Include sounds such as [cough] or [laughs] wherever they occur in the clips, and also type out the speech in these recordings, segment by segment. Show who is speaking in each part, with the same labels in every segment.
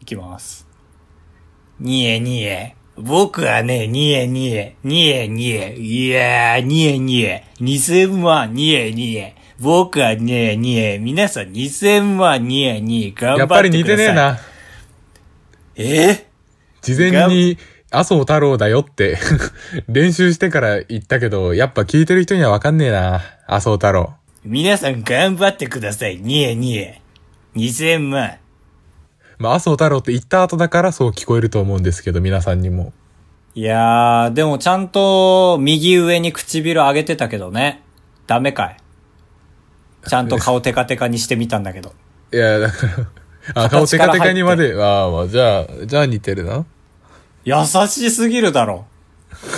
Speaker 1: いきます。にえにえ。僕はね、にえにえ。にえにえ。いやー、にえにえ。2000万、にえにえ。僕はね、にえ。皆さん2000万、にえにえ。
Speaker 2: や
Speaker 1: 頑
Speaker 2: っぱ
Speaker 1: 張
Speaker 2: り
Speaker 1: って
Speaker 2: 似
Speaker 1: くだ
Speaker 2: てね
Speaker 1: さい。
Speaker 2: え。な。
Speaker 1: え
Speaker 2: 事前に、麻生太郎だよって、 [laughs] 練習してから言ったけど、やっぱ聞いてる人にはわかんねえな。麻生太郎。
Speaker 1: 皆さん頑張ってください。にえにえ。2000万。
Speaker 2: まあ、麻生太郎って言った後だからそう聞こえると思うんですけど、皆さんにも。
Speaker 1: いやー、でもちゃんと右上に唇上げてたけどね。ダメかい。ちゃんと顔テカテカにしてみたんだけど。
Speaker 2: いや、だから、あ、顔
Speaker 1: 形
Speaker 2: テ
Speaker 1: から
Speaker 2: カテカにまで、ああ、まあじゃあ、じゃあ似てるな。
Speaker 1: 優しすぎるだろ。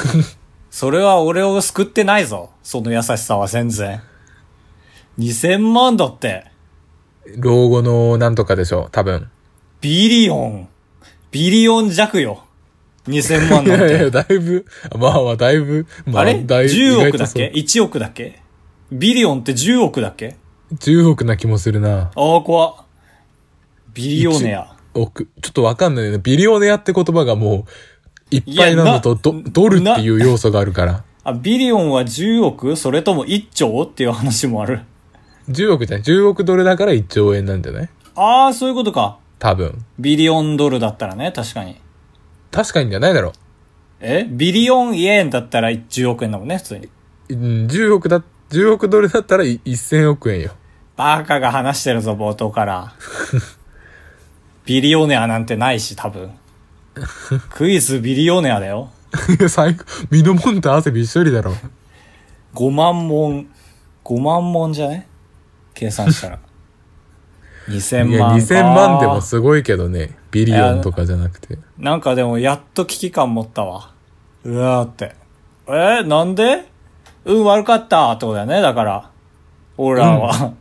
Speaker 1: [laughs] それは俺を救ってないぞ。その優しさは全然。2000万だって。
Speaker 2: 老後のなんとかでしょう、多分。
Speaker 1: ビリオン。ビリオン弱よ。2000万
Speaker 2: い
Speaker 1: なん
Speaker 2: やいや、
Speaker 1: て。
Speaker 2: だいぶ、まあまあ、だいぶ、 [laughs] ま
Speaker 1: あれ
Speaker 2: だい
Speaker 1: ?10 億だっ
Speaker 2: 意
Speaker 1: け
Speaker 2: 外と
Speaker 1: ?1 億だっけビリオンって10億だっけ
Speaker 2: そう ?10 億な気もするな。
Speaker 1: ああ、怖っビリオネア。
Speaker 2: 億。ちょっとわかんないよね。ビリオネアって言葉がもう、いっぱいなのと、
Speaker 1: い
Speaker 2: ド
Speaker 1: やな
Speaker 2: ドルっていう要素があるから。
Speaker 1: あ、ビリオンは10億それとも1兆っていう話もある。
Speaker 2: 10億じゃない ?10 億ドルだから1兆円なんじゃない
Speaker 1: ああ、そういうことか。
Speaker 2: 多分。
Speaker 1: ビリオンドルだったらね、確かに。
Speaker 2: 確かにじゃないだろ
Speaker 1: えビリオンイエンだったら10億円だもんね、普通に。
Speaker 2: う。うん、10億だ、10億ドルだったらい1000億円よ。 [laughs]
Speaker 1: バカが話してるぞ、冒頭から。ビリオネアなんてないし、多分。クイズビリオネアだよ。
Speaker 2: いや最高。身のもんと汗びっしょりだろ。
Speaker 1: 5万問。5万問じゃね計算した
Speaker 2: [laughs]
Speaker 1: ら。2000
Speaker 2: いや、
Speaker 1: 万か。
Speaker 2: 2000万でもすごいけどね。ビリオンとかじゃなくて。
Speaker 1: なんかでもやっと危機感持ったわ。うわーって。えーなんで運悪かったってことだよね、だから。俺らは。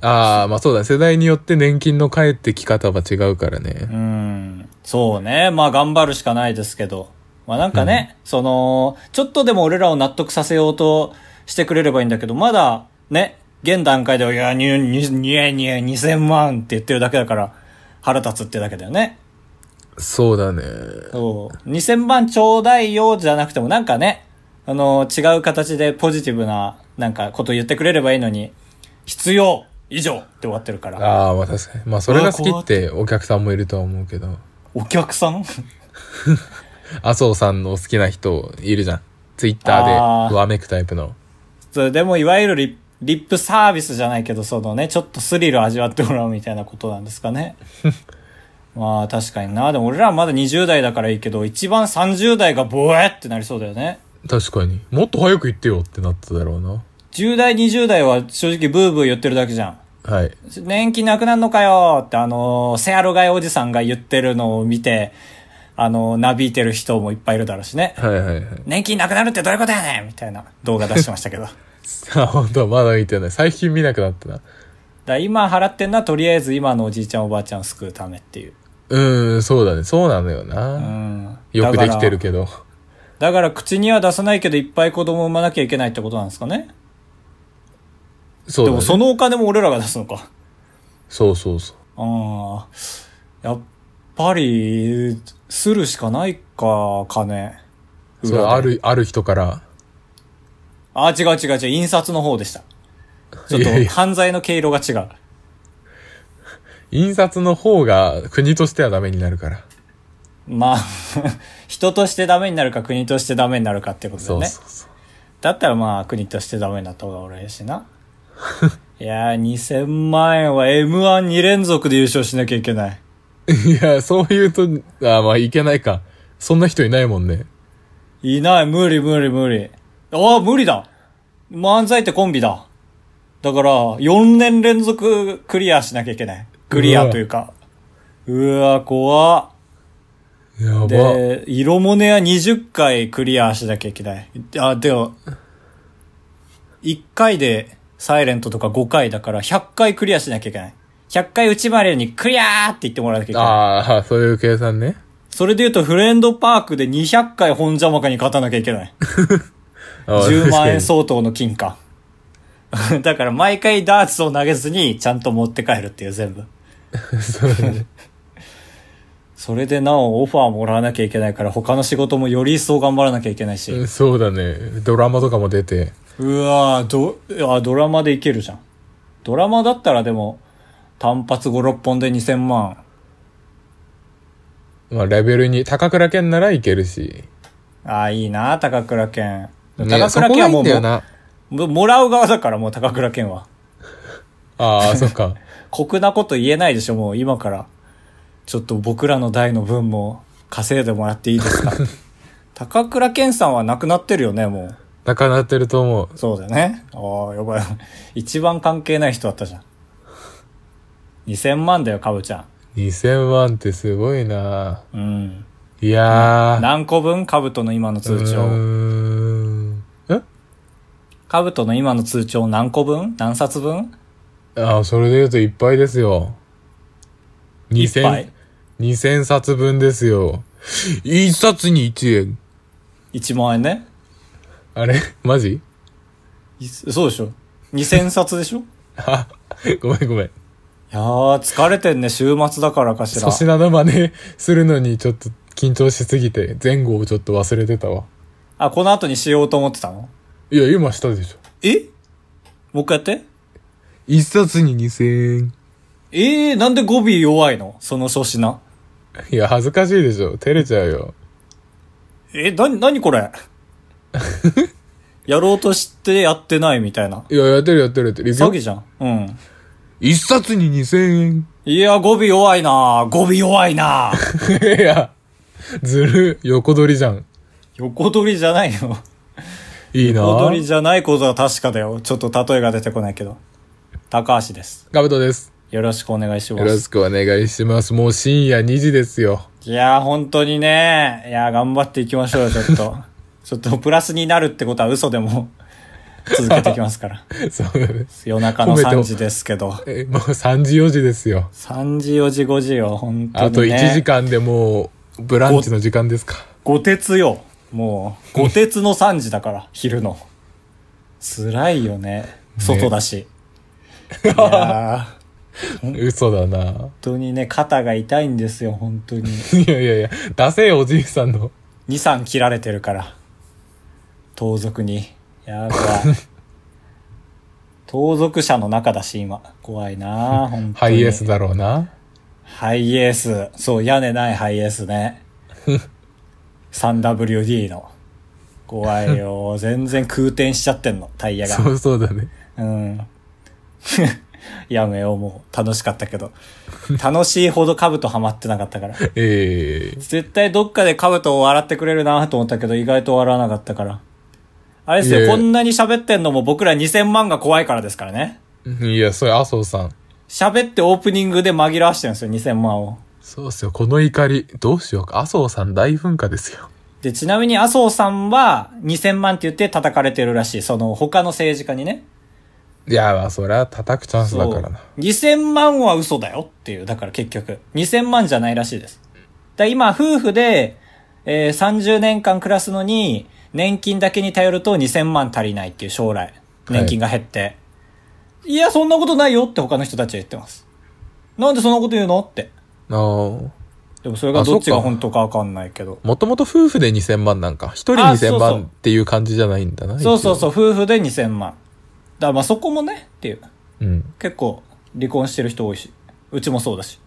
Speaker 2: ああ、まあそうだね。世代によって年金の返ってき方は違うからね。
Speaker 1: うん。そうね。まあ頑張るしかないですけど。まあなんかね、その、ちょっとでも俺らを納得させようとしてくれればいいんだけど、まだ、ね、現段階では、いや、にゅ、にゅ、にゅ、にゅ、2000万って言ってるだけだから、腹立つってだけだよね。
Speaker 2: そうだね。
Speaker 1: そう。2000万ちょうだいよじゃなくてもなんかね、あの、違う形でポジティブな、なんかこと言ってくれればいいのに、必要以上って終わってるから。
Speaker 2: ああ、まあ確かに。まあそれが好きってお客さんもいるとは思うけど。
Speaker 1: お客さん
Speaker 2: 麻生さんの好きな人いるじゃん。ツイッター
Speaker 1: あー
Speaker 2: でわめくタイプの。
Speaker 1: それでもいわゆるリリップサービスじゃないけど、そのね、ちょっとスリル味わってもらうみたいなことなんですかね。まあ確かにな。でも俺らはまだ20代だからいいけど、一番30代がボエってなりそうだよね。
Speaker 2: 確かに。もっと早く言ってよってなっただろうな。
Speaker 1: 10代、20代は正直ブーブー言ってるだけじゃん。
Speaker 2: はい。
Speaker 1: 年金なくなんのかよってあのー、セアロガイおじさんが言ってるのを見て、あのー、なびいてる人もいっぱいいるだろうしね。
Speaker 2: はいはいはい。
Speaker 1: 年金なくなるってどういうことやねんみたいな動画出してましたけど。だか
Speaker 2: [laughs] あ、本当まだ見てない。最近見なくなったな。
Speaker 1: ら今払ってんのはとりあえず今のおじいちゃんおばあちゃんを救うためっていう。
Speaker 2: うーん、そうだね。そうなのよ
Speaker 1: う
Speaker 2: な。
Speaker 1: ん。
Speaker 2: よくできてる
Speaker 1: だか
Speaker 2: けど。
Speaker 1: ら。だから口には出さないけどいっぱい子供産まなきゃいけないってことなんですかね。
Speaker 2: そう
Speaker 1: で
Speaker 2: だ
Speaker 1: も
Speaker 2: ね。
Speaker 1: そのお金も俺らが出すのか。
Speaker 2: そうそうそう。
Speaker 1: ああ。やっぱり、するしかないか、金。
Speaker 2: それ
Speaker 1: 裏で
Speaker 2: ある、ある人から。
Speaker 1: あ、違う違う違う、印刷の方でした。ちょっ
Speaker 2: いやい
Speaker 1: と
Speaker 2: や
Speaker 1: 犯罪の毛色が違う。
Speaker 2: 印刷の方が国としてはダメになるから。
Speaker 1: まあ、 [laughs] 人としてダメになるか国としてダメになるかってことだ
Speaker 2: そ
Speaker 1: よ
Speaker 2: う
Speaker 1: ね。
Speaker 2: そうそう。
Speaker 1: だったらまあ、国としてダメになった方が俺やしな。 [laughs] いやー、2000万円は M12 連続で優勝しなきゃいけない。
Speaker 2: いや、そう言うと、あーまあいけないか。そんな人いないもんね。
Speaker 1: いない、無理無理無理。ああ、無理だ漫才ってコンビだ。だから、4年連続クリアしなきゃいけない。クリアというか。うわ、怖っ。
Speaker 2: やば。
Speaker 1: で、色モネは20回クリアしなきゃいけない。あ、でも、1回でサイレントとか5回だから100回クリアしなきゃいけない。100回内回りにクリアーって言ってもらわなきゃいけない。
Speaker 2: ああ、そういう計算ね。
Speaker 1: それで言うとフレンドパークで200回本邪魔かに勝たなきゃいけない。
Speaker 2: あー
Speaker 1: 10万
Speaker 2: 確か
Speaker 1: 円
Speaker 2: に
Speaker 1: 相当の金貨。 [laughs] だから毎回ダーツを投げずにちゃんと持って帰るっていう全部。
Speaker 2: そうだね
Speaker 1: それでなおオファーもらわなきゃいけないから他の仕事もより一層頑張らなきゃいけないし。
Speaker 2: [laughs] そうだね。ドラマとかも出て。
Speaker 1: うわぁ、ど、あ、ドラマでいけるじゃん。ドラマだったらでも、単発5、6本で2000万。
Speaker 2: まあ、レベルに、高倉健ならいけるし。
Speaker 1: ああ、いいな高倉健。
Speaker 2: ね、
Speaker 1: 高
Speaker 2: そ
Speaker 1: 倉
Speaker 2: こ
Speaker 1: 健
Speaker 2: が
Speaker 1: はい
Speaker 2: い
Speaker 1: も
Speaker 2: ん
Speaker 1: う
Speaker 2: だよ
Speaker 1: も
Speaker 2: な。
Speaker 1: も、もらう側だからもう高倉健は。
Speaker 2: ああ、そっか。
Speaker 1: 酷なこと言えないでしょ、もう今から。ちょっと僕らの代の分も稼いでもらっていいです
Speaker 2: [laughs]
Speaker 1: か。高倉健さんは亡くなってるよね、も
Speaker 2: 高なってると思う。
Speaker 1: う。そうだよね。ああ、やばい。一番関係ない人だったじゃん。2000万だよ、かぶちゃ。
Speaker 2: 2000万ってすごいな
Speaker 1: う
Speaker 2: ん
Speaker 1: ん。
Speaker 2: いや
Speaker 1: [laughs]
Speaker 2: ー。
Speaker 1: 何個分カブトの今の通
Speaker 2: うー
Speaker 1: 帳。
Speaker 2: ん。え
Speaker 1: カブトの今の通帳何個分何冊分
Speaker 2: ああ、それで言うといっぱいですよ。
Speaker 1: いっぱい
Speaker 2: 2000冊分ですよ。1冊に1円。
Speaker 1: ?1 万円ね。
Speaker 2: あれマジ
Speaker 1: いそうでしょ ?2000 冊でし
Speaker 2: [laughs]
Speaker 1: ょ
Speaker 2: あ、ごめんごめん。
Speaker 1: いやー、疲れてんね、週末だからかしら。
Speaker 2: 粗品の真似するのにちょっと緊張しすぎて、前後をちょっと忘れてたわ。
Speaker 1: あ、この後にしようと思ってたの
Speaker 2: いや、今したでしょ。
Speaker 1: えもう一回やって。
Speaker 2: 1冊に2000円。
Speaker 1: えー、なんで語尾弱いのその粗品。
Speaker 2: いや、恥ずかしいでしょ。照れちゃうよ。
Speaker 1: え、な、なにこ
Speaker 2: [laughs]
Speaker 1: れやろうとしてやってないみたいな。
Speaker 2: いや、やってるやってるやってる。いく
Speaker 1: 詐
Speaker 2: よ
Speaker 1: 欺じゃん。うん。
Speaker 2: 一冊に2000円。
Speaker 1: いや、語尾弱いな語尾弱いな
Speaker 2: [laughs] いや、ずる、横取りじゃん。
Speaker 1: 横取りじゃないよ。
Speaker 2: いいな
Speaker 1: 横取りじゃないことは確かだよ。ちょっと例えが出てこないけど。高橋です。
Speaker 2: ガブトです。
Speaker 1: よろしくお願いしま
Speaker 2: よろ
Speaker 1: す。
Speaker 2: しくお願いします。もう深夜2時ですよ。
Speaker 1: いやー、本当にね。いやー、頑張っていきましょうよ、ちょっと。 [laughs] ちょっとプラスになるってことは嘘でも [laughs] 続けていきます
Speaker 2: [laughs]
Speaker 1: から。
Speaker 2: そうだね。
Speaker 1: 夜中の
Speaker 2: 褒めて
Speaker 1: 3
Speaker 2: も
Speaker 1: 時ですけど。
Speaker 2: えもう3時4時ですよ。
Speaker 1: 3時、4時、5時よ、本当に、ね。
Speaker 2: あと1時。間でもう、ブランチの時間ですか。
Speaker 1: 五鉄よ。も
Speaker 2: [laughs]
Speaker 1: う、五鉄の3時だから、昼の。辛いよね。外だ
Speaker 2: [laughs]
Speaker 1: し。いやー、本
Speaker 2: 嘘だな
Speaker 1: 当にね、肩が痛いんですよ、本当に。
Speaker 2: いやいやいや、出せよおじいさんの。
Speaker 1: 2、3切られてるから。盗賊に。や
Speaker 2: [laughs]
Speaker 1: ばい。盗賊者の中だし、今。怖いな本当に。
Speaker 2: ハイエース。だろうな。
Speaker 1: ハイエース。そう、屋根ないハイエース
Speaker 2: [laughs]
Speaker 1: ね。3WD の。怖い
Speaker 2: [laughs]
Speaker 1: よ。全然空転しちゃってんの、タイヤが。
Speaker 2: そうそうだね。
Speaker 1: うん。 [laughs] やめよう、もう。楽しかったけど。楽しいほど兜ハマってなかったから。
Speaker 2: ええ
Speaker 1: 絶対どっかで兜を笑ってくれるなと思ったけど、意外と笑わなかったから。あれです
Speaker 2: いえ
Speaker 1: よ、こんなに喋ってんのも僕ら2000万が怖いからですからね。
Speaker 2: いや、それ麻生さん。
Speaker 1: 喋ってオープニングで紛らわしてるんですよ、2000万を。
Speaker 2: そうっすよ。この怒り。どうしようか。麻生さん大噴火ですよ。
Speaker 1: で、ちなみに麻生さんは2000万って言って叩かれてるらしい。その他の政治家にね。
Speaker 2: いや、まあ、そりゃ叩くチャンスだからな。
Speaker 1: そう2000万は嘘だよっていう、だから結局。2000万じゃないらしいです。だから今、夫婦で、えー30年間暮らすのに、年金だけに頼ると2000万足りないっていう将来。年金が減って。い、や、そんなことないよって他の人たちは言ってます。なんでそんなこと言うのって。
Speaker 2: あー
Speaker 1: でもそれが
Speaker 2: あ
Speaker 1: どっちが
Speaker 2: そっか
Speaker 1: 本当かわかんないけど。
Speaker 2: もともと夫婦で2000万なんか。一人
Speaker 1: あそうそ
Speaker 2: 2000
Speaker 1: う
Speaker 2: 万っていう感じじゃないんだな。。
Speaker 1: そうそうそうう、夫婦で2000万。だからまあそこもね、っていう。
Speaker 2: うん。
Speaker 1: 結構、離婚してる人多いし。うちもそうだし。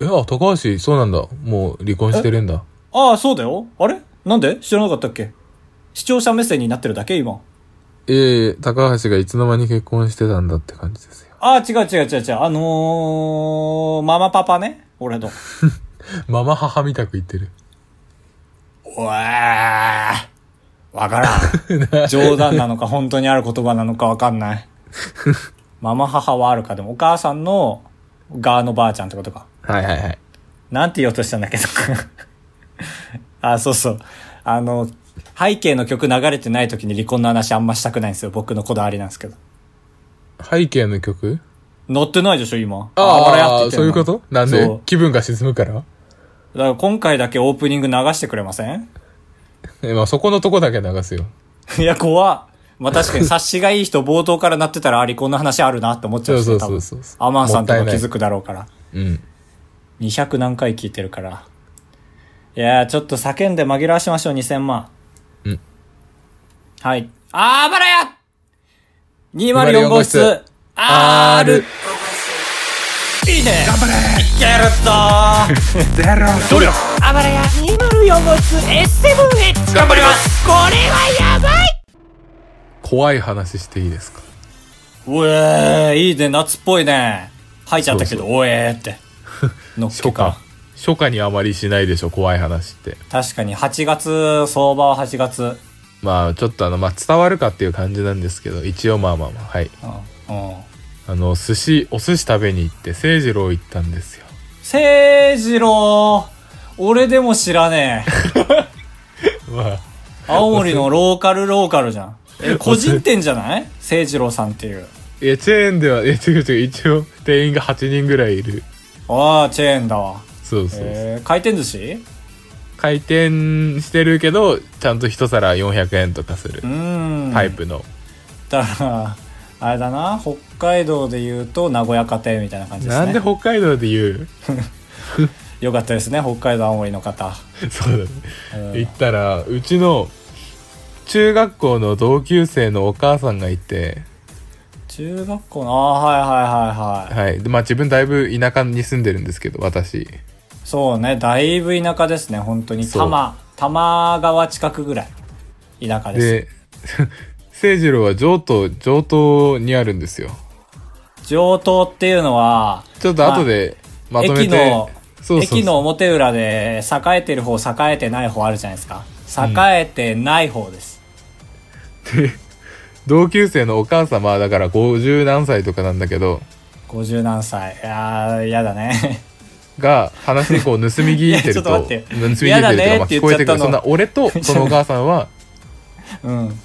Speaker 2: え、あ、高橋、そうなんだ。もう離婚してるんだ。
Speaker 1: ああ、そうだよ。あれなんで知らなかったっけ視聴者目線になってるだけ今。
Speaker 2: ええ高橋がいつの間に結婚してたんだって感じですよ。
Speaker 1: ああ、違う違う違う違う。あのー、ママパパね。俺の。
Speaker 2: ママ母みたく言ってる。
Speaker 1: おわー。わからん。冗談なのか、本当にある言葉なのかわかんない。ママ母はあるか。でも、お母さんの、側のばあちゃんってことか。
Speaker 2: はいはいはい。
Speaker 1: なんて言おうとしたんだっけ [laughs] ど。あ、そうそう。あの、背景の曲流れてない時に離婚の話あんましたくないんですよ。僕のこだわりなんですけど。
Speaker 2: 背景の曲
Speaker 1: 乗ってないでしょ、今。
Speaker 2: あ
Speaker 1: 暴れ合
Speaker 2: あ
Speaker 1: ってて
Speaker 2: そういうことなん
Speaker 1: そ
Speaker 2: で
Speaker 1: う
Speaker 2: 気分が沈むから
Speaker 1: だから今回だけオープニング流してくれません [laughs]
Speaker 2: え、まあ、そこのとこだけ流すよ。
Speaker 1: いや、怖っまあ確かに察しがいい人冒頭からなってたら、あ、離婚の話あるなって思っちゃうし、
Speaker 2: そうそうそう
Speaker 1: 多分
Speaker 2: そうそう
Speaker 1: アマンさんと
Speaker 2: も
Speaker 1: か
Speaker 2: ったい
Speaker 1: 気
Speaker 2: ない
Speaker 1: づくだろうから。
Speaker 2: うん。
Speaker 1: 200何回聞いてるから。いやー、ちょっと叫んで紛らわしましょう、2000万。
Speaker 2: うん。
Speaker 1: はい。あばらや !204 号室 R! いいね頑張れいけるっとー
Speaker 2: ゼロ
Speaker 1: どれだあばらや204号室 S7H! 頑張りますこれはやばい
Speaker 2: 怖い話していいですか
Speaker 1: うえー、いいね、夏っぽいね。吐いちゃったけど、
Speaker 2: そ
Speaker 1: おえー
Speaker 2: [laughs]
Speaker 1: って。のっけ
Speaker 2: 初夏
Speaker 1: か。
Speaker 2: 初夏にあまりしないでしょ怖い話って
Speaker 1: 確かに、8月、相場は8月。
Speaker 2: まあちょっとあの、まあ、伝わるかっていう感じなんですけど一応まあまあまあはい
Speaker 1: うん。うん。
Speaker 2: あの寿司お寿司食べに行って誠二郎行ったんですよ
Speaker 1: せいじろう、俺でも知らね
Speaker 2: [laughs]
Speaker 1: え。
Speaker 2: まあ
Speaker 1: 青森のローカルローカルじゃん。
Speaker 2: [laughs]
Speaker 1: え、個人店じゃないせいじろうさんっていう。
Speaker 2: いやチェーンではいや違う違う一応店員が8人ぐらいいる
Speaker 1: ああ、チェーンだわ。
Speaker 2: そうそうそう、
Speaker 1: えー、回転寿司
Speaker 2: 回転してるけどちゃんと一皿400円とかする
Speaker 1: うーん。
Speaker 2: タイ。プの、
Speaker 1: だから、あれだな、北海道で言うと名古屋家庭みたいな感じですね。
Speaker 2: なんで北海道で言
Speaker 1: よかったですね、北海道青森の
Speaker 2: [laughs]
Speaker 1: 方。
Speaker 2: う [laughs] そうだね
Speaker 1: うん
Speaker 2: 行ったらうちの中学校の同級生のお母さんがいて、
Speaker 1: 中学校の、ああー、はいはいはいはい。
Speaker 2: はいでまあ、自分だいぶ田舎に住んでるんですけど私
Speaker 1: そうね、だいぶ田舎ですね、本当に。多
Speaker 2: そう
Speaker 1: 摩、多摩川近くぐらい。田舎です。
Speaker 2: で誠二郎は上東上東にあるんですよ
Speaker 1: 上東っていうのは、
Speaker 2: ちょっと後でまとめて
Speaker 1: 駅の、
Speaker 2: そうそう
Speaker 1: 駅の表裏で、栄えてる方、栄えてない方あるじゃないですか。栄えてない方です。
Speaker 2: 同級生のお母様はだから50何歳とかなんだけど
Speaker 1: 50何歳。いやー、やだね。
Speaker 2: が話にこう盗み聞いて
Speaker 1: [laughs] いや
Speaker 2: る
Speaker 1: ちょ
Speaker 2: と
Speaker 1: っと待って
Speaker 2: 盗み聞いてるとかまあ聞こえて
Speaker 1: やだねって言
Speaker 2: く
Speaker 1: っちゃった
Speaker 2: る
Speaker 1: の
Speaker 2: そんな俺とそのお母さ
Speaker 1: [laughs]
Speaker 2: んは
Speaker 1: うん。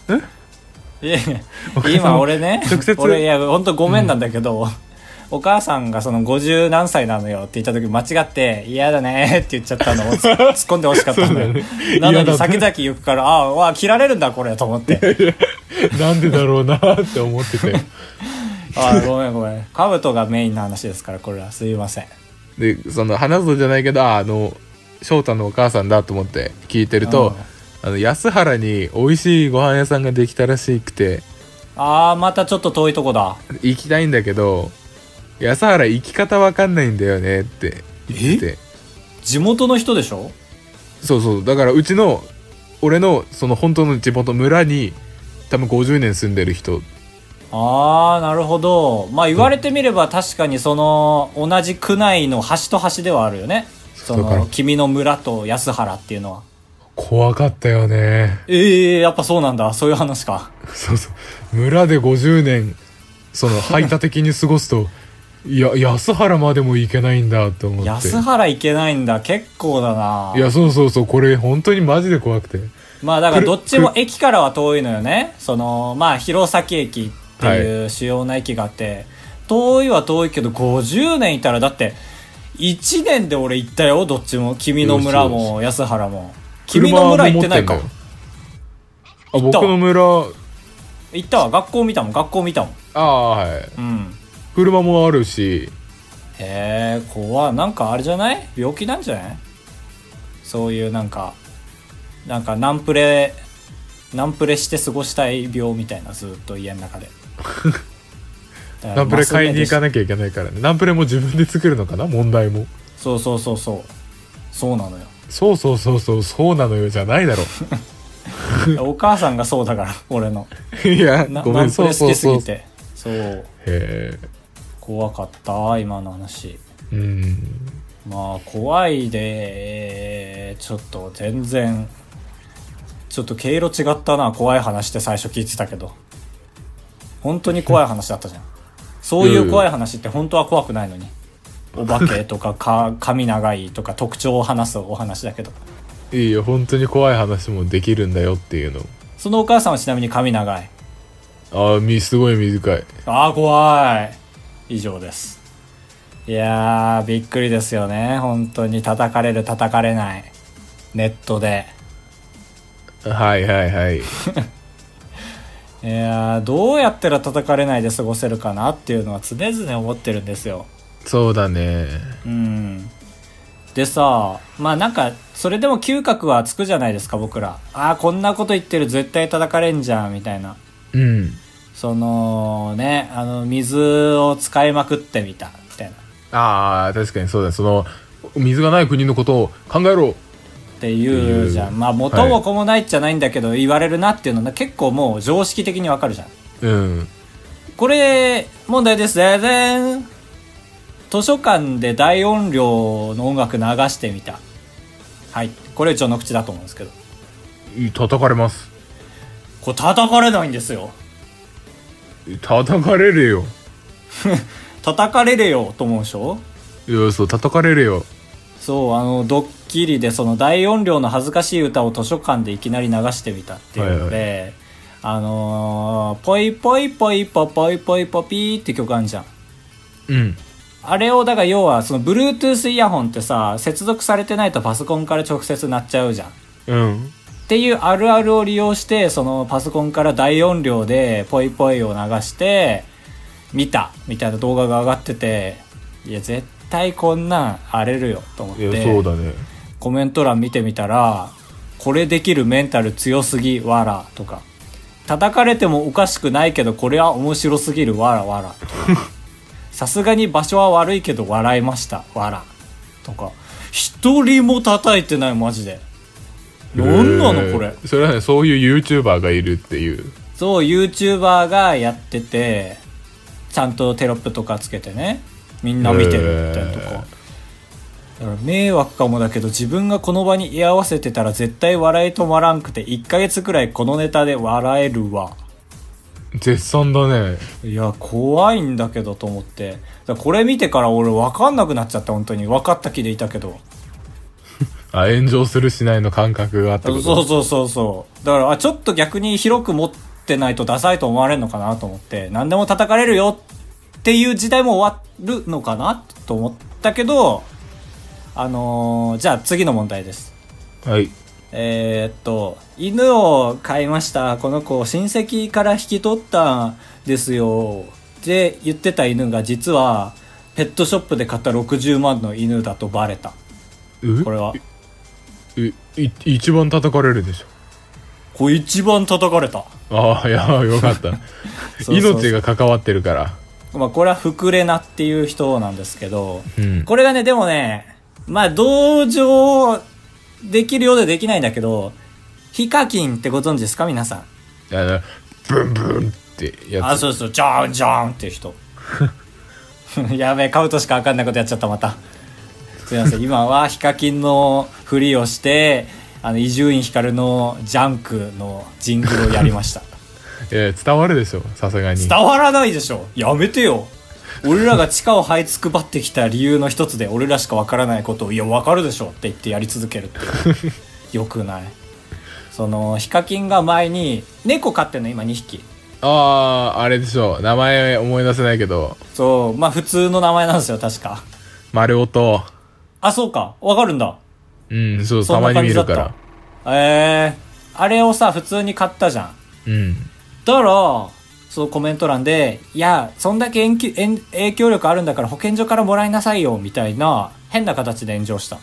Speaker 1: いやいや
Speaker 2: お母さん
Speaker 1: 今俺ね、
Speaker 2: 直接
Speaker 1: 俺、いや、本当ごめんなんだけど、お母さんがその50何歳なのよって言った時間違って、嫌だねって言っちゃ
Speaker 2: [laughs]
Speaker 1: ったのを突突っ込んでほしかったんだよ。なの
Speaker 2: 嫌だ
Speaker 1: に
Speaker 2: ね
Speaker 1: 先々行くから、ああ、わあ、切られるんだこれと思って。
Speaker 2: なんでだろうなって思って
Speaker 1: [laughs]
Speaker 2: て
Speaker 1: ああ、ごめんごめん。カブトがメインの話ですから、これはすいません。
Speaker 2: でその話すじゃないけどああの翔太のお母さんだと思って聞いてるとあの安原に美味しいご飯屋さんができたらしくて
Speaker 1: ああ、またちょっと遠いとこだ。
Speaker 2: 行きたいんだけど安原行き方わかんないんだよねって言ってて
Speaker 1: 地元の人でしょ
Speaker 2: そうそうだからうちの俺のその本当の地元村に多分50年住んでる人
Speaker 1: ああ、なるほど。まあ言われてみれば確かにその、同じ区内の端と端ではあるよね。そ
Speaker 2: そうだか
Speaker 1: の、
Speaker 2: ら
Speaker 1: 君の村と安原っていうのは。
Speaker 2: 怖かったよね [laughs]
Speaker 1: ええやっぱそうなんだ。そういう話か。
Speaker 2: そうそう村で50年
Speaker 1: [laughs]
Speaker 2: その排他的に過ごすといや安原までも行けないんだと思って。
Speaker 1: 安原行けないんだ。結構だない
Speaker 2: やそうそうそうこれ本当にマジで怖くて
Speaker 1: まあだから
Speaker 2: くる
Speaker 1: どっちも駅からは遠いのよね。その、まあ弘前駅っていう主要な駅があって、遠いは遠いけど50年いたらだって、1年で俺行ったよ。どっちも。君の村も安原も。君の村行ってないか。
Speaker 2: 車も持ってんだよあ僕の村
Speaker 1: 行ったわ学校見たもん学校見たもん
Speaker 2: ああはい
Speaker 1: うん
Speaker 2: 車もあるし
Speaker 1: へえ怖いなんかあれじゃない病気なんじゃないそういうなんかなんかナンプレナンプレして過ごしたい病みたいなずっと家の
Speaker 2: [laughs]
Speaker 1: 中で
Speaker 2: ナンプレ買いに行か
Speaker 1: ない
Speaker 2: なきゃいけないからねナンプレも自分で作るのかな問題も
Speaker 1: そうそうそうそうそうなのよ [laughs]
Speaker 2: そうそうそうそうそうなのよじゃないだろ
Speaker 1: お母さんがそうだから俺の
Speaker 2: いや
Speaker 1: な
Speaker 2: ご
Speaker 1: ナ
Speaker 2: め
Speaker 1: ン
Speaker 2: ん
Speaker 1: プ
Speaker 2: そう
Speaker 1: レ好
Speaker 2: そう
Speaker 1: きす
Speaker 2: そう
Speaker 1: ぎ
Speaker 2: へ
Speaker 1: てそう
Speaker 2: え
Speaker 1: 怖かった今の話
Speaker 2: うん
Speaker 1: まあ怖いでちょっと全然ちょっと毛色違ったな怖い話って最初聞いてたけど本当に怖い話だったじゃんそういう怖い話って本当は怖くないのにお化けと [laughs] かか髪長いとか特徴を話すお話だけど
Speaker 2: いいよ本当に怖い話もできるんだよっていうの
Speaker 1: そのお母さんはちなみに髪長い
Speaker 2: ああみすごい短い
Speaker 1: ああ怖い以上ですいやーびっくりですよね本当に叩かれる叩かれないネットで
Speaker 2: はいはいはい
Speaker 1: いやーどうやったら叩かれないで過ごせるかなっていうのは常々思ってるんですよ
Speaker 2: そうだね
Speaker 1: うんでさ、まあなんか、それでも嗅覚はつくじゃないですか、僕ら。ああ、こんなこと言ってる、絶対叩かれんじゃん、みたいな。
Speaker 2: うん。
Speaker 1: そのね、あの、水を使いまくってみた、みたいな。
Speaker 2: ああ、確かにそうだ。その、水がない国のことを考えろ。
Speaker 1: っていうじゃ
Speaker 2: って
Speaker 1: ん。まあ、元も子もないっちゃないんだけど、言われるなっていうのは結構もう常識的にわかるじゃん。
Speaker 2: うん。
Speaker 1: これ、問題です。全然、図書館で大音量の音楽流してみた。はい。これ、序の口だと思うんですけど。
Speaker 2: 叩かれます。
Speaker 1: これ、叩かれないんですよ。
Speaker 2: 叩かれるよ。
Speaker 1: 叩かれるよ、と思うでしょ
Speaker 2: いや、そう、叩かれるよ。
Speaker 1: そう、あの、ドッキリで、その大音量の恥ずかしい歌を図書館でいきなり流してみたっていうので、あのーポイポイポイポポイポイポピーって曲あるじゃん。
Speaker 2: うん。
Speaker 1: あれを、だから要は、その、Bluetooth イヤホンってさ、接続されてないとパソコンから直接鳴っちゃうじゃん。っ
Speaker 2: うん。
Speaker 1: ていうあるあるを利用して、そのパソコンから大音量で、ポイポイを流して、見たみたいな動画が上がってて、いや、絶対こんなん荒れるよ、と思っ
Speaker 2: い
Speaker 1: て。
Speaker 2: や、そうだね。
Speaker 1: コメント欄見てみたら、これできるメンタル強すぎ、わら、とか。叩かれてもおかしくないけど、これは面白すぎる、わらわら。
Speaker 2: [laughs]
Speaker 1: さすがに場所は悪いけど笑いました、わら。とか。一人も叩いてない、マジで。なんなの、これ
Speaker 2: え。ーそれはね、そういう YouTuber がいるっていう。
Speaker 1: そう、YouTuber がやってて、ちゃんとテロップとかつけてね、みんな見てるみたいなとか。
Speaker 2: へー
Speaker 1: だから迷惑かもだけど、自分がこの場に居合わせてたら絶対笑い止まらんくて、1ヶ月くらいこのネタで笑えるわ。
Speaker 2: 絶賛だね。
Speaker 1: いや、怖いんだけどと思って。だからこれ見てから俺分かんなくなっちゃった、本当に。分かった気でいたけど。
Speaker 2: あ、炎上するしないの感覚があった
Speaker 1: そ
Speaker 2: こ
Speaker 1: う
Speaker 2: と。
Speaker 1: そうそうそう。だから、あ、ちょっと逆に広く持ってないとダサいと思われるのかなと思って、何でも叩かれるよっていう時代も終わるのかなと思ったけど、あのーじゃあ次の問題です。
Speaker 2: はい。
Speaker 1: えーっと、犬を飼いました。この子、親戚から引き取ったんですよ。って言ってた犬が実は、ペットショップで買った60万の犬だとバレた。
Speaker 2: え
Speaker 1: これは。
Speaker 2: えい一番叩かれるでしょ。
Speaker 1: これ一番叩かれた。
Speaker 2: ああ、いや、よかった。
Speaker 1: [laughs] そうそうそう
Speaker 2: 命が関わってるから。
Speaker 1: まあ、これはフクレナっていう人なんですけど、
Speaker 2: うん。
Speaker 1: これがね、でもね、まあ、同情できるようでできないんだけど、ヒカキンってご存知ですか皆さん。
Speaker 2: あの、ブンブンってや
Speaker 1: あ、
Speaker 2: つ。
Speaker 1: そうそう、ジャーンジャーンっていう
Speaker 2: [laughs]
Speaker 1: 人。やべえ、カウトしかわかんないことやっちゃった、また。すいません、今はヒカキンのふりをして、あの、伊集院光のジャンクのジングルをやりました。
Speaker 2: えー伝わるでしょ、さすがに。
Speaker 1: 伝わらないでしょやめてよ俺らが地下を這いつくばってきた理由の一つで俺らしかわからないことを「いやわかるでしょ」って言ってやり続けるって
Speaker 2: [laughs]
Speaker 1: いうよくないそのヒカキンが前に猫飼ってんの今2匹
Speaker 2: ああ、あれでしょ。名前思い出せないけど、
Speaker 1: そうまあ普通の名前なんですよ確か
Speaker 2: 丸音。
Speaker 1: あそうかわかるんだ
Speaker 2: うん、そう、
Speaker 1: そ
Speaker 2: た
Speaker 1: ん
Speaker 2: ま
Speaker 1: な
Speaker 2: に
Speaker 1: 感
Speaker 2: 見
Speaker 1: じだ
Speaker 2: る
Speaker 1: っ
Speaker 2: から
Speaker 1: た。えー、あれをさ普通に買ったじゃん
Speaker 2: うん。
Speaker 1: だから、そのコメント欄で、いや、そんだけ遠距遠影響力あるんだから保健所からもらいなさいよ、みたいな、変な形で炎上した。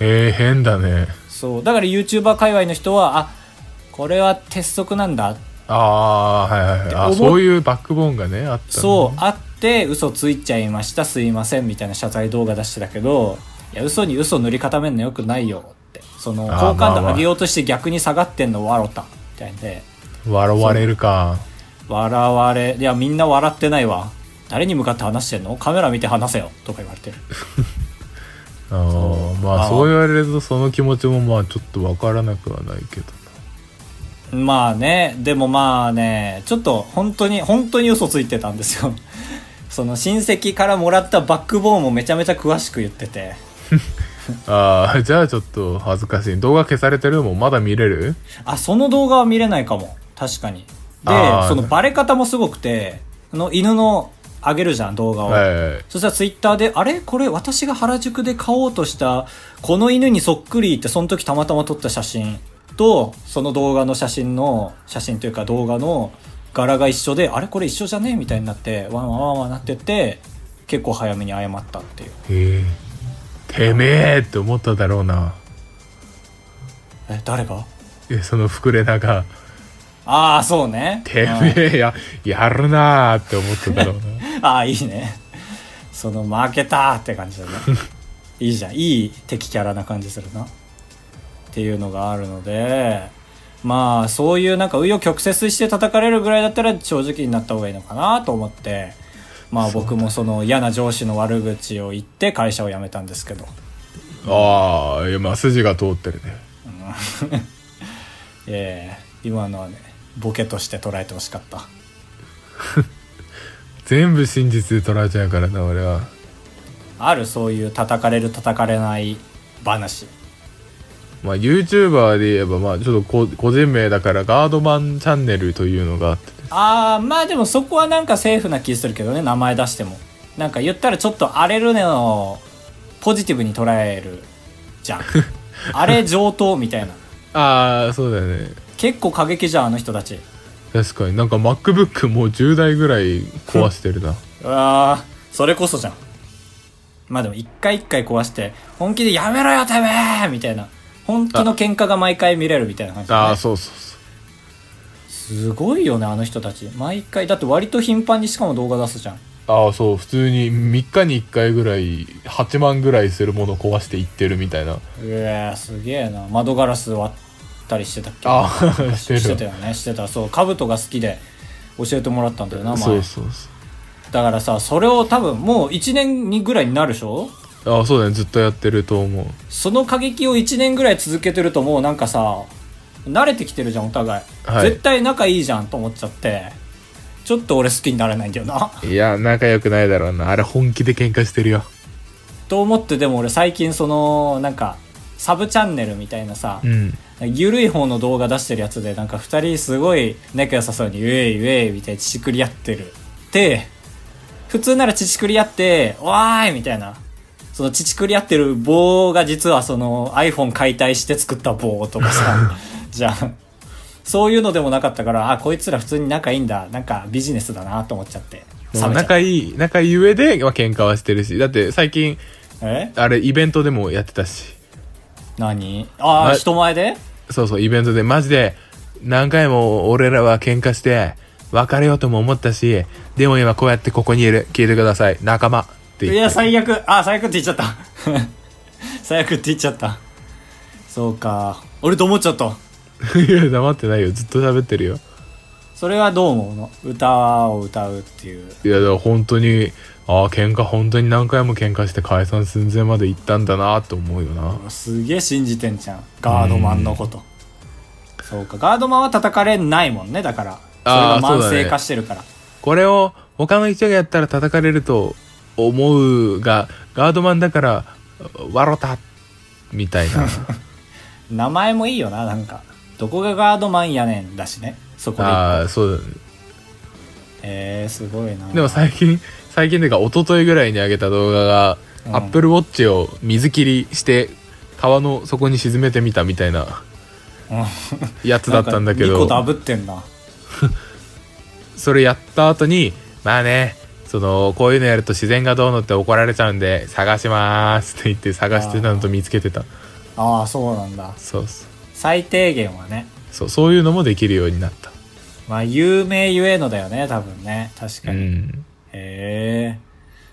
Speaker 2: えー、変だね。
Speaker 1: そう。だから YouTuber 界隈の人は、あ、これは鉄則なんだ。
Speaker 2: ああ、はいはいはい。あ
Speaker 1: 思っ
Speaker 2: そういうバックボーンがね、あった、ね。
Speaker 1: そう、あって、嘘ついちゃいました、すいません、みたいな謝罪動画出してたけど、いや、嘘に嘘塗り固めるのよくないよ、って。その、
Speaker 2: あー
Speaker 1: 好感度
Speaker 2: まあまあ
Speaker 1: 上げようとして逆に下がってんの、わろた。みたいで、
Speaker 2: 笑われるか。
Speaker 1: 笑われ、いや、みんな笑ってないわ。誰に向かって話してんのカメラ見て話せよ、とか言われてる。
Speaker 2: あーま
Speaker 1: あ
Speaker 2: あ、
Speaker 1: ー
Speaker 2: そう言われると、その気持ちもまあ、ちょっとわからなくはないけど。
Speaker 1: まあね、でもまあね、ちょっと本当に、本当に嘘ついてたんですよ。 [laughs] その親戚からもらったバックボーンもめちゃめちゃ詳しく言ってて。
Speaker 2: あ [laughs] あ、じゃあちょっと恥ずかしい。動画消されてるもん、まだ見れる
Speaker 1: あ、その動画は見れないかも。確かに。で
Speaker 2: あ、ー
Speaker 1: そのバレ方もすごくて、あの犬のあげるじゃん、動画を。
Speaker 2: はいはいはい。
Speaker 1: そしたらツイッターで、あれこれ私が原宿で買おうとした、この犬にそっくりって、その時たまたま撮った写真と、その動画の写真の、写真というか動画の柄が一緒で、あれこれ一緒じゃねみたいになって、ワンワンワンワンなってて、結構早めに謝ったっていう。
Speaker 2: へえ。てめえって思っただろうな
Speaker 1: え、誰が
Speaker 2: えその膨れなが
Speaker 1: ああ、そうね。
Speaker 2: てめえややるなーって思っただろうな
Speaker 1: [laughs] ああ、いいね。その、負けたって感じだね。いいじゃん。いい敵キャラな感じするな。っていうのがあるので、まあ、そういうなんか、紆余曲折して叩かれるぐらいだったら、正直になった方がいいのかなと思って、まあ僕もその嫌な上司の悪口を言って会社を辞めたんですけど。
Speaker 2: ああいやまあ筋が通ってるね
Speaker 1: ええ今のはね、ボケとして捉えてほしかった。
Speaker 2: 全部真実で捉えちゃうからな俺は
Speaker 1: あるそういう叩かれる叩かれない話。
Speaker 2: まあ YouTuber で言えばまあちょっとこ個人名だからガードマンチャンネルというのがあって
Speaker 1: ああ、まあでもそこはなんかセーフな気するけどね、名前出しても。なんか言ったらちょっと荒れるのをポジティブに捉えるじゃん。あれ上等みたいな。
Speaker 2: ああそうだよね
Speaker 1: 結構過激じゃん、あの人たち。
Speaker 2: 確かになんか MacBook もう10台ぐらい壊してるな
Speaker 1: ああ、それこそじゃん。まあでも一回一回壊して、本気でやめろよてめえみたいな。本気の喧嘩が毎回見れるみたいな感じ、ね。
Speaker 2: ああそうそうそう
Speaker 1: すごいよね、あの人たち。毎回、だって割と頻繁にしかも動画出すじゃん。
Speaker 2: ああそう普通に3日に1回ぐらい8万ぐらいするもの壊していってるみたいな
Speaker 1: うわすげえな。窓ガラス割ったりしてたっけ
Speaker 2: ああしてる
Speaker 1: してたよね、してた。そう、カブトが好きで教えてもらったんだよな、前。
Speaker 2: そうそうそ
Speaker 1: だからさ、それを多分もう1年にぐらいになるでしょ
Speaker 2: うああそうだねずっとやってると思う
Speaker 1: その過激を1年ぐらい続けてるともうなんかさ、慣れてきてるじゃん、お互い。
Speaker 2: はい
Speaker 1: 絶対仲いいじゃんと思っちゃって、ちょっと俺好きになれないんだよな。
Speaker 2: いや仲良くないだろうなあれ本気で喧嘩してるよ
Speaker 1: と思ってでも俺最近その、なんか、サブチャンネルみたいなさ、
Speaker 2: うん
Speaker 1: ゆるい方の動画出してるやつでなんか二人すごい仲良さそうに「ウェイウェイ」みたいに乳くり合ってるで普通なら乳くり合って「わーい!」みたいなその乳くり合ってる棒が実はその iPhone 解体して作った棒とかさじゃあそういうのでもなかったからあこいつら普通に仲いいんだなんかビジネスだなと思っちゃって冷めちゃ
Speaker 2: もう
Speaker 1: った
Speaker 2: 仲いい仲いい上で、まあ、喧嘩はしてるしだって最近
Speaker 1: え
Speaker 2: あれイベントでもやってたし
Speaker 1: 何ああ
Speaker 2: ま
Speaker 1: 人前で
Speaker 2: そうそうイベントでマジで何回も俺らは喧嘩して別れようとも思ったしでも今こうやってここにいる聞いてください仲間って
Speaker 1: い
Speaker 2: 言
Speaker 1: や
Speaker 2: って
Speaker 1: 最悪あ最悪って言っちゃった [laughs] 最悪って言っちゃったそうか俺と思っちゃった
Speaker 2: いや黙ってないよずっと喋ってるよ
Speaker 1: それはどう思うの歌を歌うっていう
Speaker 2: いやだから本当にああ喧嘩本当に何回も喧嘩して解散寸前まで行ったんだなと思うよな
Speaker 1: すげえ信じてんじゃんガードマンのことそうかガードマンは叩かれないもんねだから
Speaker 2: あー
Speaker 1: それが慢
Speaker 2: そうだ
Speaker 1: 性
Speaker 2: ね
Speaker 1: 化してるから、
Speaker 2: これを他の人がやったら叩かれると思うがガードマンだから笑ったみ
Speaker 1: [laughs]
Speaker 2: たいな
Speaker 1: 名前もいいよななんかどこがガードマンやねんだしねそこで
Speaker 2: ああそうだね
Speaker 1: えー、すごいな
Speaker 2: でも最近最近というか一昨日ぐらいに上げた動画が、
Speaker 1: うん
Speaker 2: アップルウォッチを水切りして川の底に沈めてみたみたいな
Speaker 1: うん
Speaker 2: やつだったんだけ
Speaker 1: な
Speaker 2: ど
Speaker 1: か二個ダブってんな
Speaker 2: それやった後にまあねそのこういうのやると自然がどうのって怒られちゃうんで探しまーすって言って探してたのと見つけてた
Speaker 1: ああそうなんだ
Speaker 2: そうそう
Speaker 1: 最低限はね
Speaker 2: そうそういうのもできるようになった
Speaker 1: まあ、有名ゆえのだよね、多分ね。確か
Speaker 2: う
Speaker 1: に。へ
Speaker 2: ん
Speaker 1: え。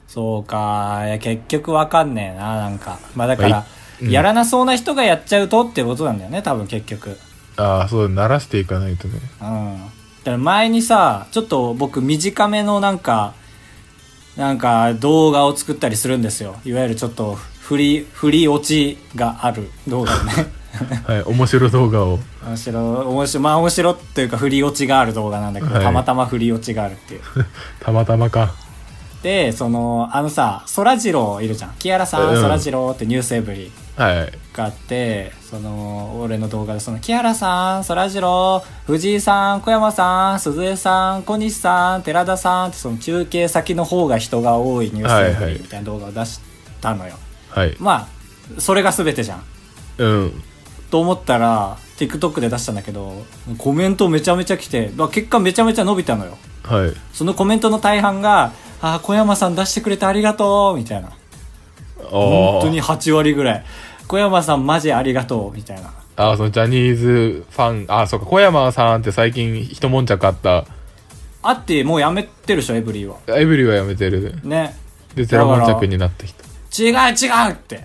Speaker 1: そうか。いや、結局わかんねえな、なんか。まあ、だか
Speaker 2: ま
Speaker 1: ら
Speaker 2: あ、いうん
Speaker 1: やらなそうな人がやっちゃうとってことなんだよね、多分結局。
Speaker 2: ああそう慣らしていかないとね
Speaker 1: うん。だから前にさ、ちょっと僕短めのなんか、なんか動画を作ったりするんですよ。いわゆるちょっと、振り、振り落ちがある動画をね。
Speaker 2: [laughs] はい面白動画を
Speaker 1: 面白、面白、まあ面白っていうか振り落ちがある動画なんだけど、
Speaker 2: はい
Speaker 1: たまたま振り落ちがあるっていう。
Speaker 2: たまたまか
Speaker 1: で、その、あのさ、そらジローいるじゃん。キアラさん、
Speaker 2: うん
Speaker 1: そらジローってニュースエブリ
Speaker 2: はい
Speaker 1: があって、その、俺の動画で、その、キアラさん、そらジロー、藤井さん、小山さん、鈴江さん、小西さん、寺田さんって、その中継先の方が人が多いニュースエブリみたいな動画を出したのよ。
Speaker 2: はい
Speaker 1: まあ、それが全てじゃん。
Speaker 2: うん
Speaker 1: と思ったら、TikTok で出したんだけど、コメントめちゃめちゃ来て、まあ結果めちゃめちゃ伸びたのよ。
Speaker 2: はい
Speaker 1: そのコメントの大半が、あー、小山さん出してくれてありがとうみたいな。
Speaker 2: あ
Speaker 1: 本
Speaker 2: 本
Speaker 1: 当に8割ぐらい。小山さんマジありがとう、みたいな。
Speaker 2: ああ、そのジャニーズファン、ああ、そうか、小山さんって最近一悶着あった。
Speaker 1: あって、もうやめてるでしょ、エブリィは。
Speaker 2: エブリィはやめてる。
Speaker 1: ね。
Speaker 2: で、ゼロ悶着になった人。
Speaker 1: 違う違うって。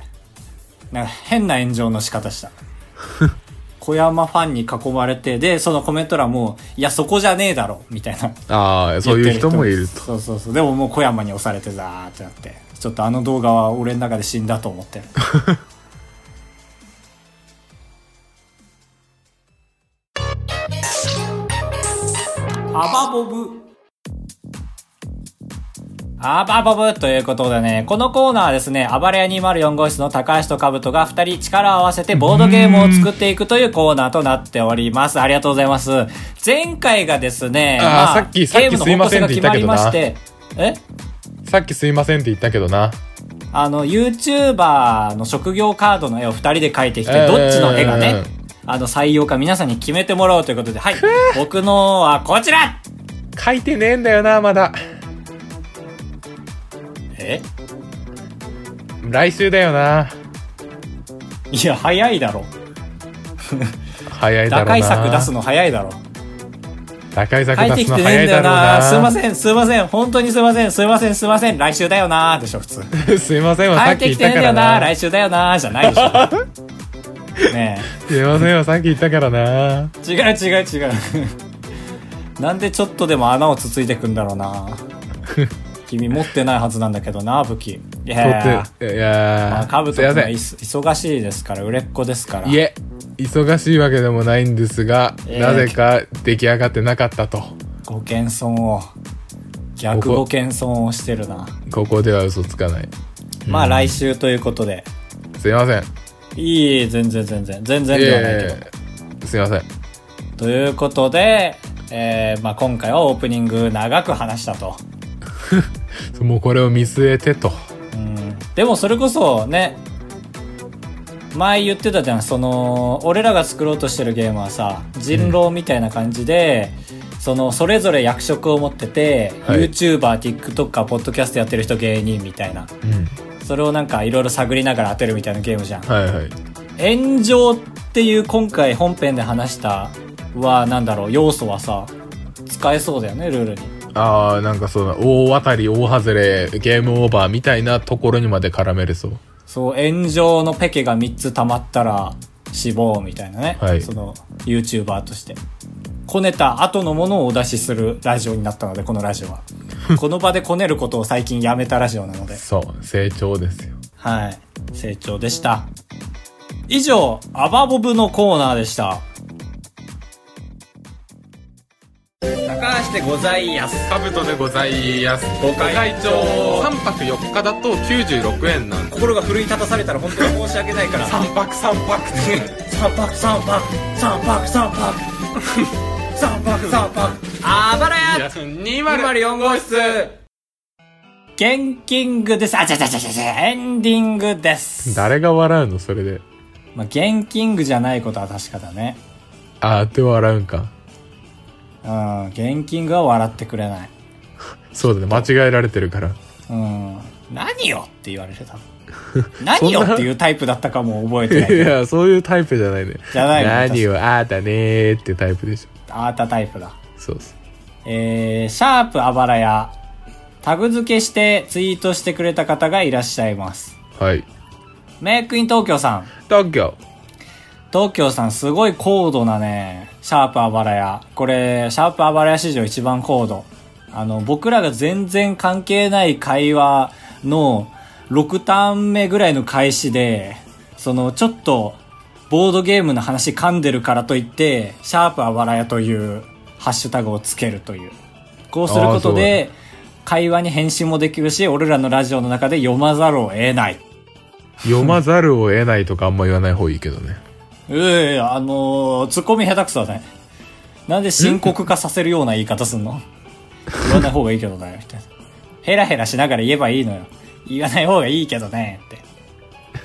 Speaker 1: なんか変な炎上の仕方した。小山ファンに囲まれて、で、そのコメント欄も、いや、そこじゃねえだろ、みたいな。
Speaker 2: ああ、そういう人もいると。
Speaker 1: そうそうそう。でももう小山に押されてザーってなって。ちょっとあの動画は俺の中で死んだと思
Speaker 2: [laughs]
Speaker 1: ってる。アバボブアバボブということでね、このコーナーはですね、暴れ屋204号室の高橋と兜が二人力を合わせてボードゲームを作っていくというコーナーとなっております。ありがとうございます。前回がですね、
Speaker 2: あーさっきさっ
Speaker 1: ゲ
Speaker 2: き
Speaker 1: ームの
Speaker 2: すい
Speaker 1: 方向
Speaker 2: ませ
Speaker 1: 性
Speaker 2: んっ
Speaker 1: が
Speaker 2: て言
Speaker 1: 決
Speaker 2: った
Speaker 1: ま
Speaker 2: け
Speaker 1: り
Speaker 2: どな
Speaker 1: まして、え
Speaker 2: さっきすいませんって言ったけどな。
Speaker 1: あの、YouTuber の職業カードの絵を二人で描いてきて、
Speaker 2: うん
Speaker 1: どっちの絵が
Speaker 2: うんう
Speaker 1: ね
Speaker 2: ん、
Speaker 1: あの、採用か皆さんに決めてもらおうということで、はい、僕のはこちら
Speaker 2: 書いてねえんだよな、まだ。
Speaker 1: え
Speaker 2: 来週だよな。
Speaker 1: いや、早いだろ。
Speaker 2: 早いだろ
Speaker 1: 打
Speaker 2: うな。
Speaker 1: 開策出すの早いだろ。
Speaker 2: 打開策
Speaker 1: 帰って
Speaker 2: 出
Speaker 1: き
Speaker 2: す
Speaker 1: て
Speaker 2: の
Speaker 1: ね
Speaker 2: 早
Speaker 1: えん
Speaker 2: い
Speaker 1: だ
Speaker 2: だ
Speaker 1: よ
Speaker 2: ろう
Speaker 1: な
Speaker 2: な。
Speaker 1: すいません、すいません、本当にすいません、すいません、すいません、来週だよなでしょ、普
Speaker 2: [laughs]
Speaker 1: 通。
Speaker 2: ん。すいませんは
Speaker 1: 帰
Speaker 2: さっ
Speaker 1: っ
Speaker 2: き
Speaker 1: て
Speaker 2: 言
Speaker 1: き
Speaker 2: って
Speaker 1: ね
Speaker 2: た
Speaker 1: えんだ
Speaker 2: か
Speaker 1: よ
Speaker 2: ら
Speaker 1: な
Speaker 2: な。
Speaker 1: 来週だよなじゃないでし
Speaker 2: [laughs]
Speaker 1: ょ。ね
Speaker 2: すいませんはさっき言ったからな。
Speaker 1: え。違う違う [laughs] 違う。なんでちょっとでも穴をつついてくんだろうな君持ってないはずなんだけどな武器。いや
Speaker 2: とって、いや
Speaker 1: ー。かぶ
Speaker 2: ー、
Speaker 1: と
Speaker 2: す
Speaker 1: 君
Speaker 2: い
Speaker 1: は
Speaker 2: ません。
Speaker 1: い
Speaker 2: い
Speaker 1: そ忙しいですから、売れっ子ですから。
Speaker 2: え、忙しいわけでもないんですが、
Speaker 1: えー
Speaker 2: なぜか出来上がってなかったと。
Speaker 1: ご謙遜を。逆ご謙遜をしてるな。
Speaker 2: ここでは嘘つかない。
Speaker 1: まあ来週ということで。
Speaker 2: すいません。
Speaker 1: いい、全然全然。全然ではないけど。
Speaker 2: えー、すいません。
Speaker 1: ということで、えーまあ、今回はオープニング長く話したと。
Speaker 2: もうこれを見据えてと。
Speaker 1: うん、でもそれこそね、前言ってたじゃん、その、俺らが作ろうとしてるゲームはさ、人狼みたいな感じで、その、それぞれ役職を持ってて、
Speaker 2: はい
Speaker 1: YouTuber、TikToker、ポッドキャストやってる人芸人みたいな。
Speaker 2: うん。
Speaker 1: それをなんかいろいろ探りながら当てるみたいなゲームじゃん。
Speaker 2: はいはい。
Speaker 1: 炎上っていう今回本編で話したは、なんだろう、要素はさ、使えそうだよね、ルールに。
Speaker 2: ああ、なんかそうだ、大当たり、大外れ、ゲームオーバーみたいなところにまで絡めれそう。
Speaker 1: そう、炎上のペケが3つ溜まったら死亡みたいなね。
Speaker 2: はい
Speaker 1: その、YouTuber として。こねた後のものをお出しするラジオになったので、このラジオ
Speaker 2: [laughs]
Speaker 1: は。この場でこねることを最近やめたラジオなので。
Speaker 2: そう、成長ですよ。
Speaker 1: はい。成長でした。以上、アバボブのコーナーでした。高橋でございやす。
Speaker 2: カブトでございます。ご
Speaker 1: 会長
Speaker 2: 3泊4日だと96円なんで
Speaker 1: 心が奮い立たされたら本当に申し訳ないから。
Speaker 2: 3泊3泊
Speaker 1: 三泊三泊三泊三泊 [laughs] 三泊三泊あばらや
Speaker 2: 204号室
Speaker 1: ゲンキングですあちゃちゃちゃちゃちゃエンディングです
Speaker 2: 誰が笑うのそれで。
Speaker 1: まあ、ゲンキングじゃないことは確かだね
Speaker 2: あーって笑うんか。
Speaker 1: うんゲンキングは笑ってくれない
Speaker 2: そうだね、間違えられてるから。
Speaker 1: うん何よって言われてた何よっていうタイプだったかも覚えてない
Speaker 2: [laughs] い
Speaker 1: けど
Speaker 2: や、そういうタイプじゃないね。
Speaker 1: じゃないの
Speaker 2: 何をあーだねーってタイプでしょ。
Speaker 1: あーたタイプだ
Speaker 2: そうそう。
Speaker 1: えー、シャープあばらやタグ付けしてツイートしてくれた方がいらっしゃいます
Speaker 2: はい。
Speaker 1: メイクイン東京さん
Speaker 2: 東京。
Speaker 1: 東京さんすごい高度なね、シャープあばらや。これ、シャープあばらや史上一番高度。あの、僕らが全然関係ない会話の6ターン目ぐらいの開始で、その、ちょっと、ボードゲームの話噛んでるからといって、シャープあばらやというハッシュタグをつけるという。こうすることで、会話に返信もできるし、俺らのラジオの中で読まざるを得ない。
Speaker 2: 読まざるを得ないとかあんま言わない方がいいけどね。
Speaker 1: いやいや、あのー、ツッコミ下手くそだね。なんで深刻化させるような言い方すんの言わない方がいいけどね、みたいな。ヘラヘラしながら言えばいいのよ。言わない方がいいけどね、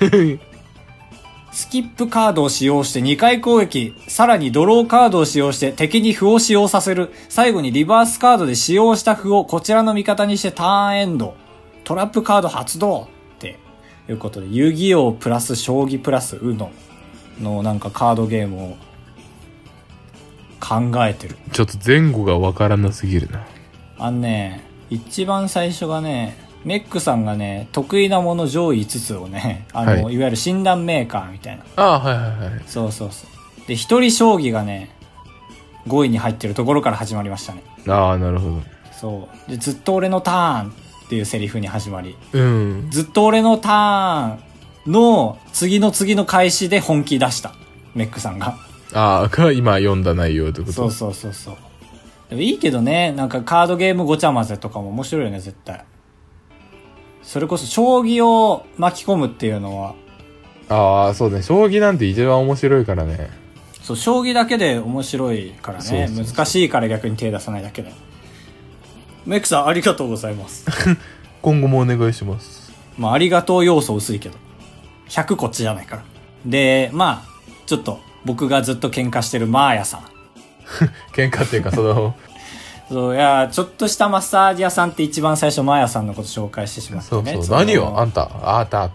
Speaker 1: って。スキップカードを使用して2回攻撃、さらにドローカードを使用して敵に歩を使用させる、最後にリバースカードで使用した歩をこちらの味方にしてターンエンド、トラップカード発動っていうことで、遊戯王プラス将棋プラス UNO のなんかカードゲームを考えてる。
Speaker 2: ちょっと前後がわからなすぎるな。
Speaker 1: あのね、一番最初がね、メックさんがね、得意なもの上位5つをね、あの、、
Speaker 2: はい
Speaker 1: わゆる診断メーカーみたいな。
Speaker 2: ああ、はいはいはい。
Speaker 1: そうそうそう。で、一人将棋がね、5位に入ってるところから始まりましたね。
Speaker 2: ああ、なるほど。
Speaker 1: そう。で、ずっと俺のターンっていうセリフに始まり、
Speaker 2: うん。
Speaker 1: ずっと俺のターンの次の次の開始で本気出した。メックさんが。
Speaker 2: ああ、が今読んだ内容ってこと
Speaker 1: そうそうそうそう。でもいいけどね、なんかカードゲームごちゃ混ぜとかも面白いよね、絶対。それこそ将棋を巻き込むっていうのは、
Speaker 2: ああ、そうだね。将棋なんて一番面白いからね。
Speaker 1: そう、将棋だけで面白いからね、
Speaker 2: そうそうそう
Speaker 1: 難しいから逆に手出さないだけで。メックさんありがとうございます。 [laughs]
Speaker 2: 今後もお願いします。
Speaker 1: まあ、ありがとう要素薄いけど。100こっちじゃないから。で、まあ、ちょっと、僕がずっと喧嘩してるマーヤさん。
Speaker 2: 喧嘩っていうか、その、
Speaker 1: [laughs] そう、いや、ちょっとしたマッサージ屋さんって一番最初マーヤさんのこと紹介してしまって
Speaker 2: そう
Speaker 1: ね。
Speaker 2: そう。
Speaker 1: の
Speaker 2: 何よ、あんた、あーたって。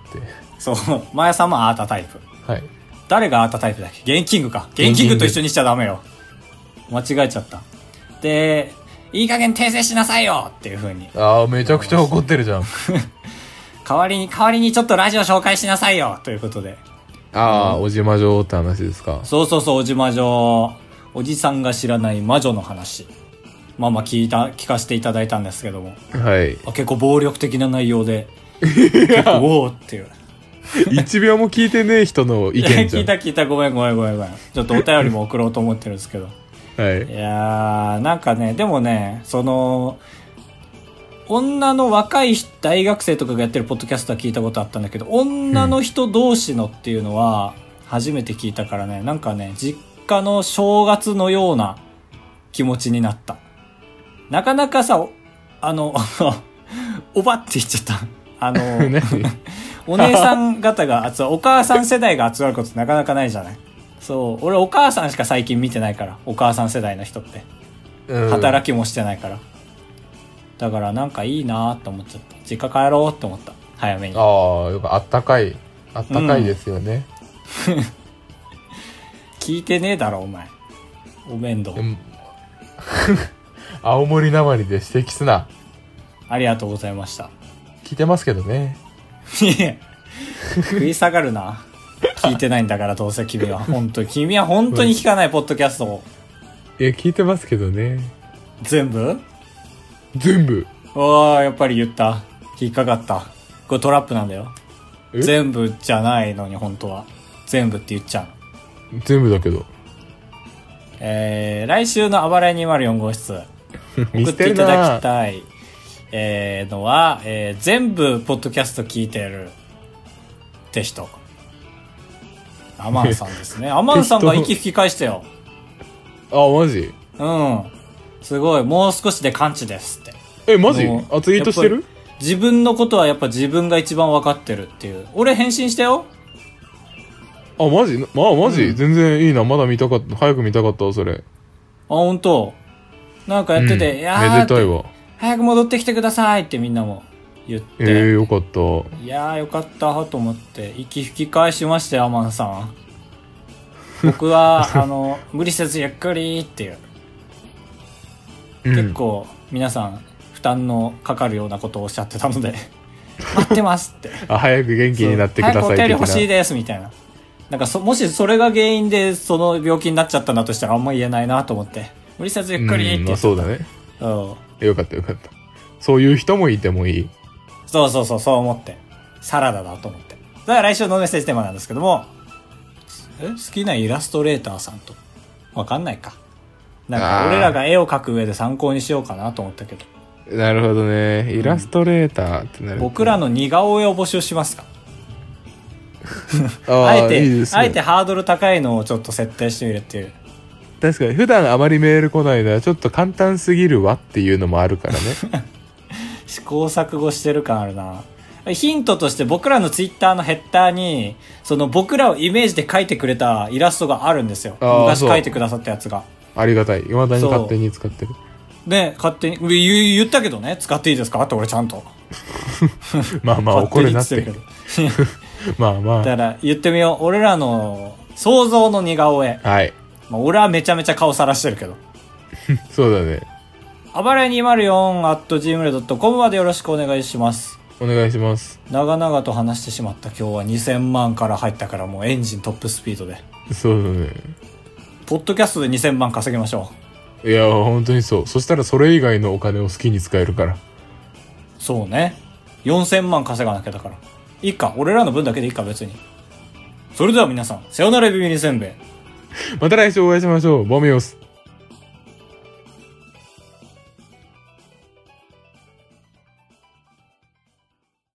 Speaker 1: そう、マーヤさんもアータタイプ。
Speaker 2: はい。
Speaker 1: 誰がアータタイプだっけゲンキングか。ゲンキングと一緒にしちゃダメよ。間違えちゃった。で、いい加減訂正しなさいよっていう風に。
Speaker 2: ああ、めちゃくちゃ怒ってるじゃん。
Speaker 1: 代わりに、代わりにちょっとラジオ紹介しなさいよということで。
Speaker 2: ああ、おじまじょうって話ですか。
Speaker 1: そうそうそう、おじ魔女。おじさんが知らない魔女の話。まあまあ聞いた、聞かせていただいたんですけども。 [laughs]
Speaker 2: はい。
Speaker 1: あ結構暴力的な内容で。結構、おおっていう。
Speaker 2: 一秒も聞いてねえ人の意
Speaker 1: いや
Speaker 2: 見
Speaker 1: [laughs]
Speaker 2: じ
Speaker 1: 聞
Speaker 2: ゃ
Speaker 1: いた聞いた、ごめんごめんごめんごめん。ちょっとお便りも送ろうと思ってるんですけど。
Speaker 2: ん。はい [laughs]
Speaker 1: い。やー、なんかね、でもね、その、女の若い人大学生とかがやってるポッドキャストは聞いたことあったんだけど、女の人同士のっていうのは初めて聞いたからね、なんかね、実家の正月のような気持ちになった。なかなかさ、おあの、 [laughs] おばって言っちゃった。あの、
Speaker 2: [laughs] 何
Speaker 1: お姉さん方が集まる、お母さん世代が集まることってなかなかないじゃないそう。俺お母さんしか最近見てないから。お母さん世代の人って。働きもしてないから。だからなんかいいなーって思っちゃった。実家帰ろうって思った。早めに。
Speaker 2: ああ、やっぱあったかい。あったかいですよね。
Speaker 1: 聞いてねえだろ、お前。お面倒
Speaker 2: う。ん青森なまりで指摘すな。
Speaker 1: ありがとうございました。
Speaker 2: 聞いてますけどね。
Speaker 1: いや食い下がるな。聞いてないんだから、どうせ君は。本当に。君は本当に聞かない、ポッドキャストを。
Speaker 2: いや、聞いてますけどね。
Speaker 1: 全部
Speaker 2: 全部。
Speaker 1: ああ、やっぱり言った。引っかかった。これトラップなんだよ。
Speaker 2: え
Speaker 1: 全部じゃないのに、本当は。全部って言っちゃうの。
Speaker 2: 全部だけ [laughs] ど。
Speaker 1: えー、来週のあばらい204号室、
Speaker 2: 見
Speaker 1: 送
Speaker 2: 捨
Speaker 1: って
Speaker 2: て
Speaker 1: い
Speaker 2: る
Speaker 1: ただ
Speaker 2: な
Speaker 1: き。たい、えー、のは、えー、全部、ポッドキャスト聞いてる、って人。アマンさんです
Speaker 2: [laughs]
Speaker 1: ね。アマンさんが息吹き返したよ。
Speaker 2: あ、マジ
Speaker 1: うん。すごい。もう少しで完治ですって。
Speaker 2: え、マジ
Speaker 1: もう
Speaker 2: あ、ツイートして
Speaker 1: やっ
Speaker 2: る
Speaker 1: 自分のことはやっぱ自分が一番分かってるっていう。俺返信したよ
Speaker 2: あ、マジまあ、マジ、
Speaker 1: うん
Speaker 2: 全然いいな。まだ見たかった。早く見たかったわそれ。
Speaker 1: あ、本当なんかやってて、
Speaker 2: うん
Speaker 1: いやー
Speaker 2: めでたいわ。
Speaker 1: 早く戻ってきてくださいってみんなも言って。
Speaker 2: ええー、よかった。
Speaker 1: いやーよかったと思って、息吹き返しましたよ、アマンさん。僕は、
Speaker 2: [laughs]
Speaker 1: あの、無理せずゆっくりっていう、
Speaker 2: うん
Speaker 1: 結構皆さん負担のかかるようなことをおっしゃってたの
Speaker 2: [laughs]
Speaker 1: で、待ってますって。
Speaker 2: あ、早く元気になってください
Speaker 1: そう早くお便り欲しい
Speaker 2: 的な
Speaker 1: ですみたいな。なんかそ、もしそれが原因でその病気になっちゃったんだとしたらあんま言えないなと思って、無理せずゆっくりって
Speaker 2: うん、ま
Speaker 1: 言
Speaker 2: あ、
Speaker 1: ってた
Speaker 2: そうだね。
Speaker 1: うん
Speaker 2: よかったよかった。そういう人もいてもいい。
Speaker 1: そうそうそう、そう思って。サラダだと思って。それは来週のメッセージテーマなんですけども、え好きなイラストレーターさんと。わかんないか。なん
Speaker 2: あ
Speaker 1: か、
Speaker 2: ー
Speaker 1: 俺らが絵を描く上で参考にしようかなと思ったけど、
Speaker 2: なるほどね。イラストレーターってなると。
Speaker 1: 僕らの似顔絵を募集しますか
Speaker 2: あー、
Speaker 1: あえて
Speaker 2: いいですね
Speaker 1: あえてハードル高いのをちょっと設定してみるっていう。
Speaker 2: 確かに普段あまりメール来ないのはちょっと簡単すぎるわっていうのもあ
Speaker 1: [laughs]
Speaker 2: るからね
Speaker 1: 試行錯誤してる感あるな。ヒントとして僕らのツイッターのヘッダーに、その僕らをイメージで描いてくれたイラストがあるんですよ。
Speaker 2: あー
Speaker 1: 昔
Speaker 2: そう
Speaker 1: 描いてくださったやつが。
Speaker 2: ありがたい未だに勝手に使ってる
Speaker 1: ね、勝手に、う言言ったけどね、使っていいですかって俺ちゃんと。
Speaker 2: まあまあ
Speaker 1: 勝手
Speaker 2: 怒
Speaker 1: に
Speaker 2: る
Speaker 1: 言
Speaker 2: な
Speaker 1: っ
Speaker 2: ってて
Speaker 1: るけど
Speaker 2: まあま
Speaker 1: だから言ってみよう。俺らの想像の似顔絵。
Speaker 2: あ。はい。
Speaker 1: まあ、俺はめちゃめちゃ顔さらしてるけど。
Speaker 2: そうだね。
Speaker 1: あばれ 204.gmail.com までよろしくお願いします。
Speaker 2: お願いします。
Speaker 1: 長々と話してしまった今日は2000万から入ったからもうエンジントップスピードで。
Speaker 2: そうだね。
Speaker 1: ポッドキャストで2000万稼ぎましょ
Speaker 2: いや、本当にそう。そしたらそれ以外のお金を好きに使えるから。
Speaker 1: う。そうね。4000万稼がなきゃだから。いいか。俺らの分だけでいいか別に。それでは皆さん、さよならビビリせんべい。
Speaker 2: また来週お会いしましょう。ボミオス。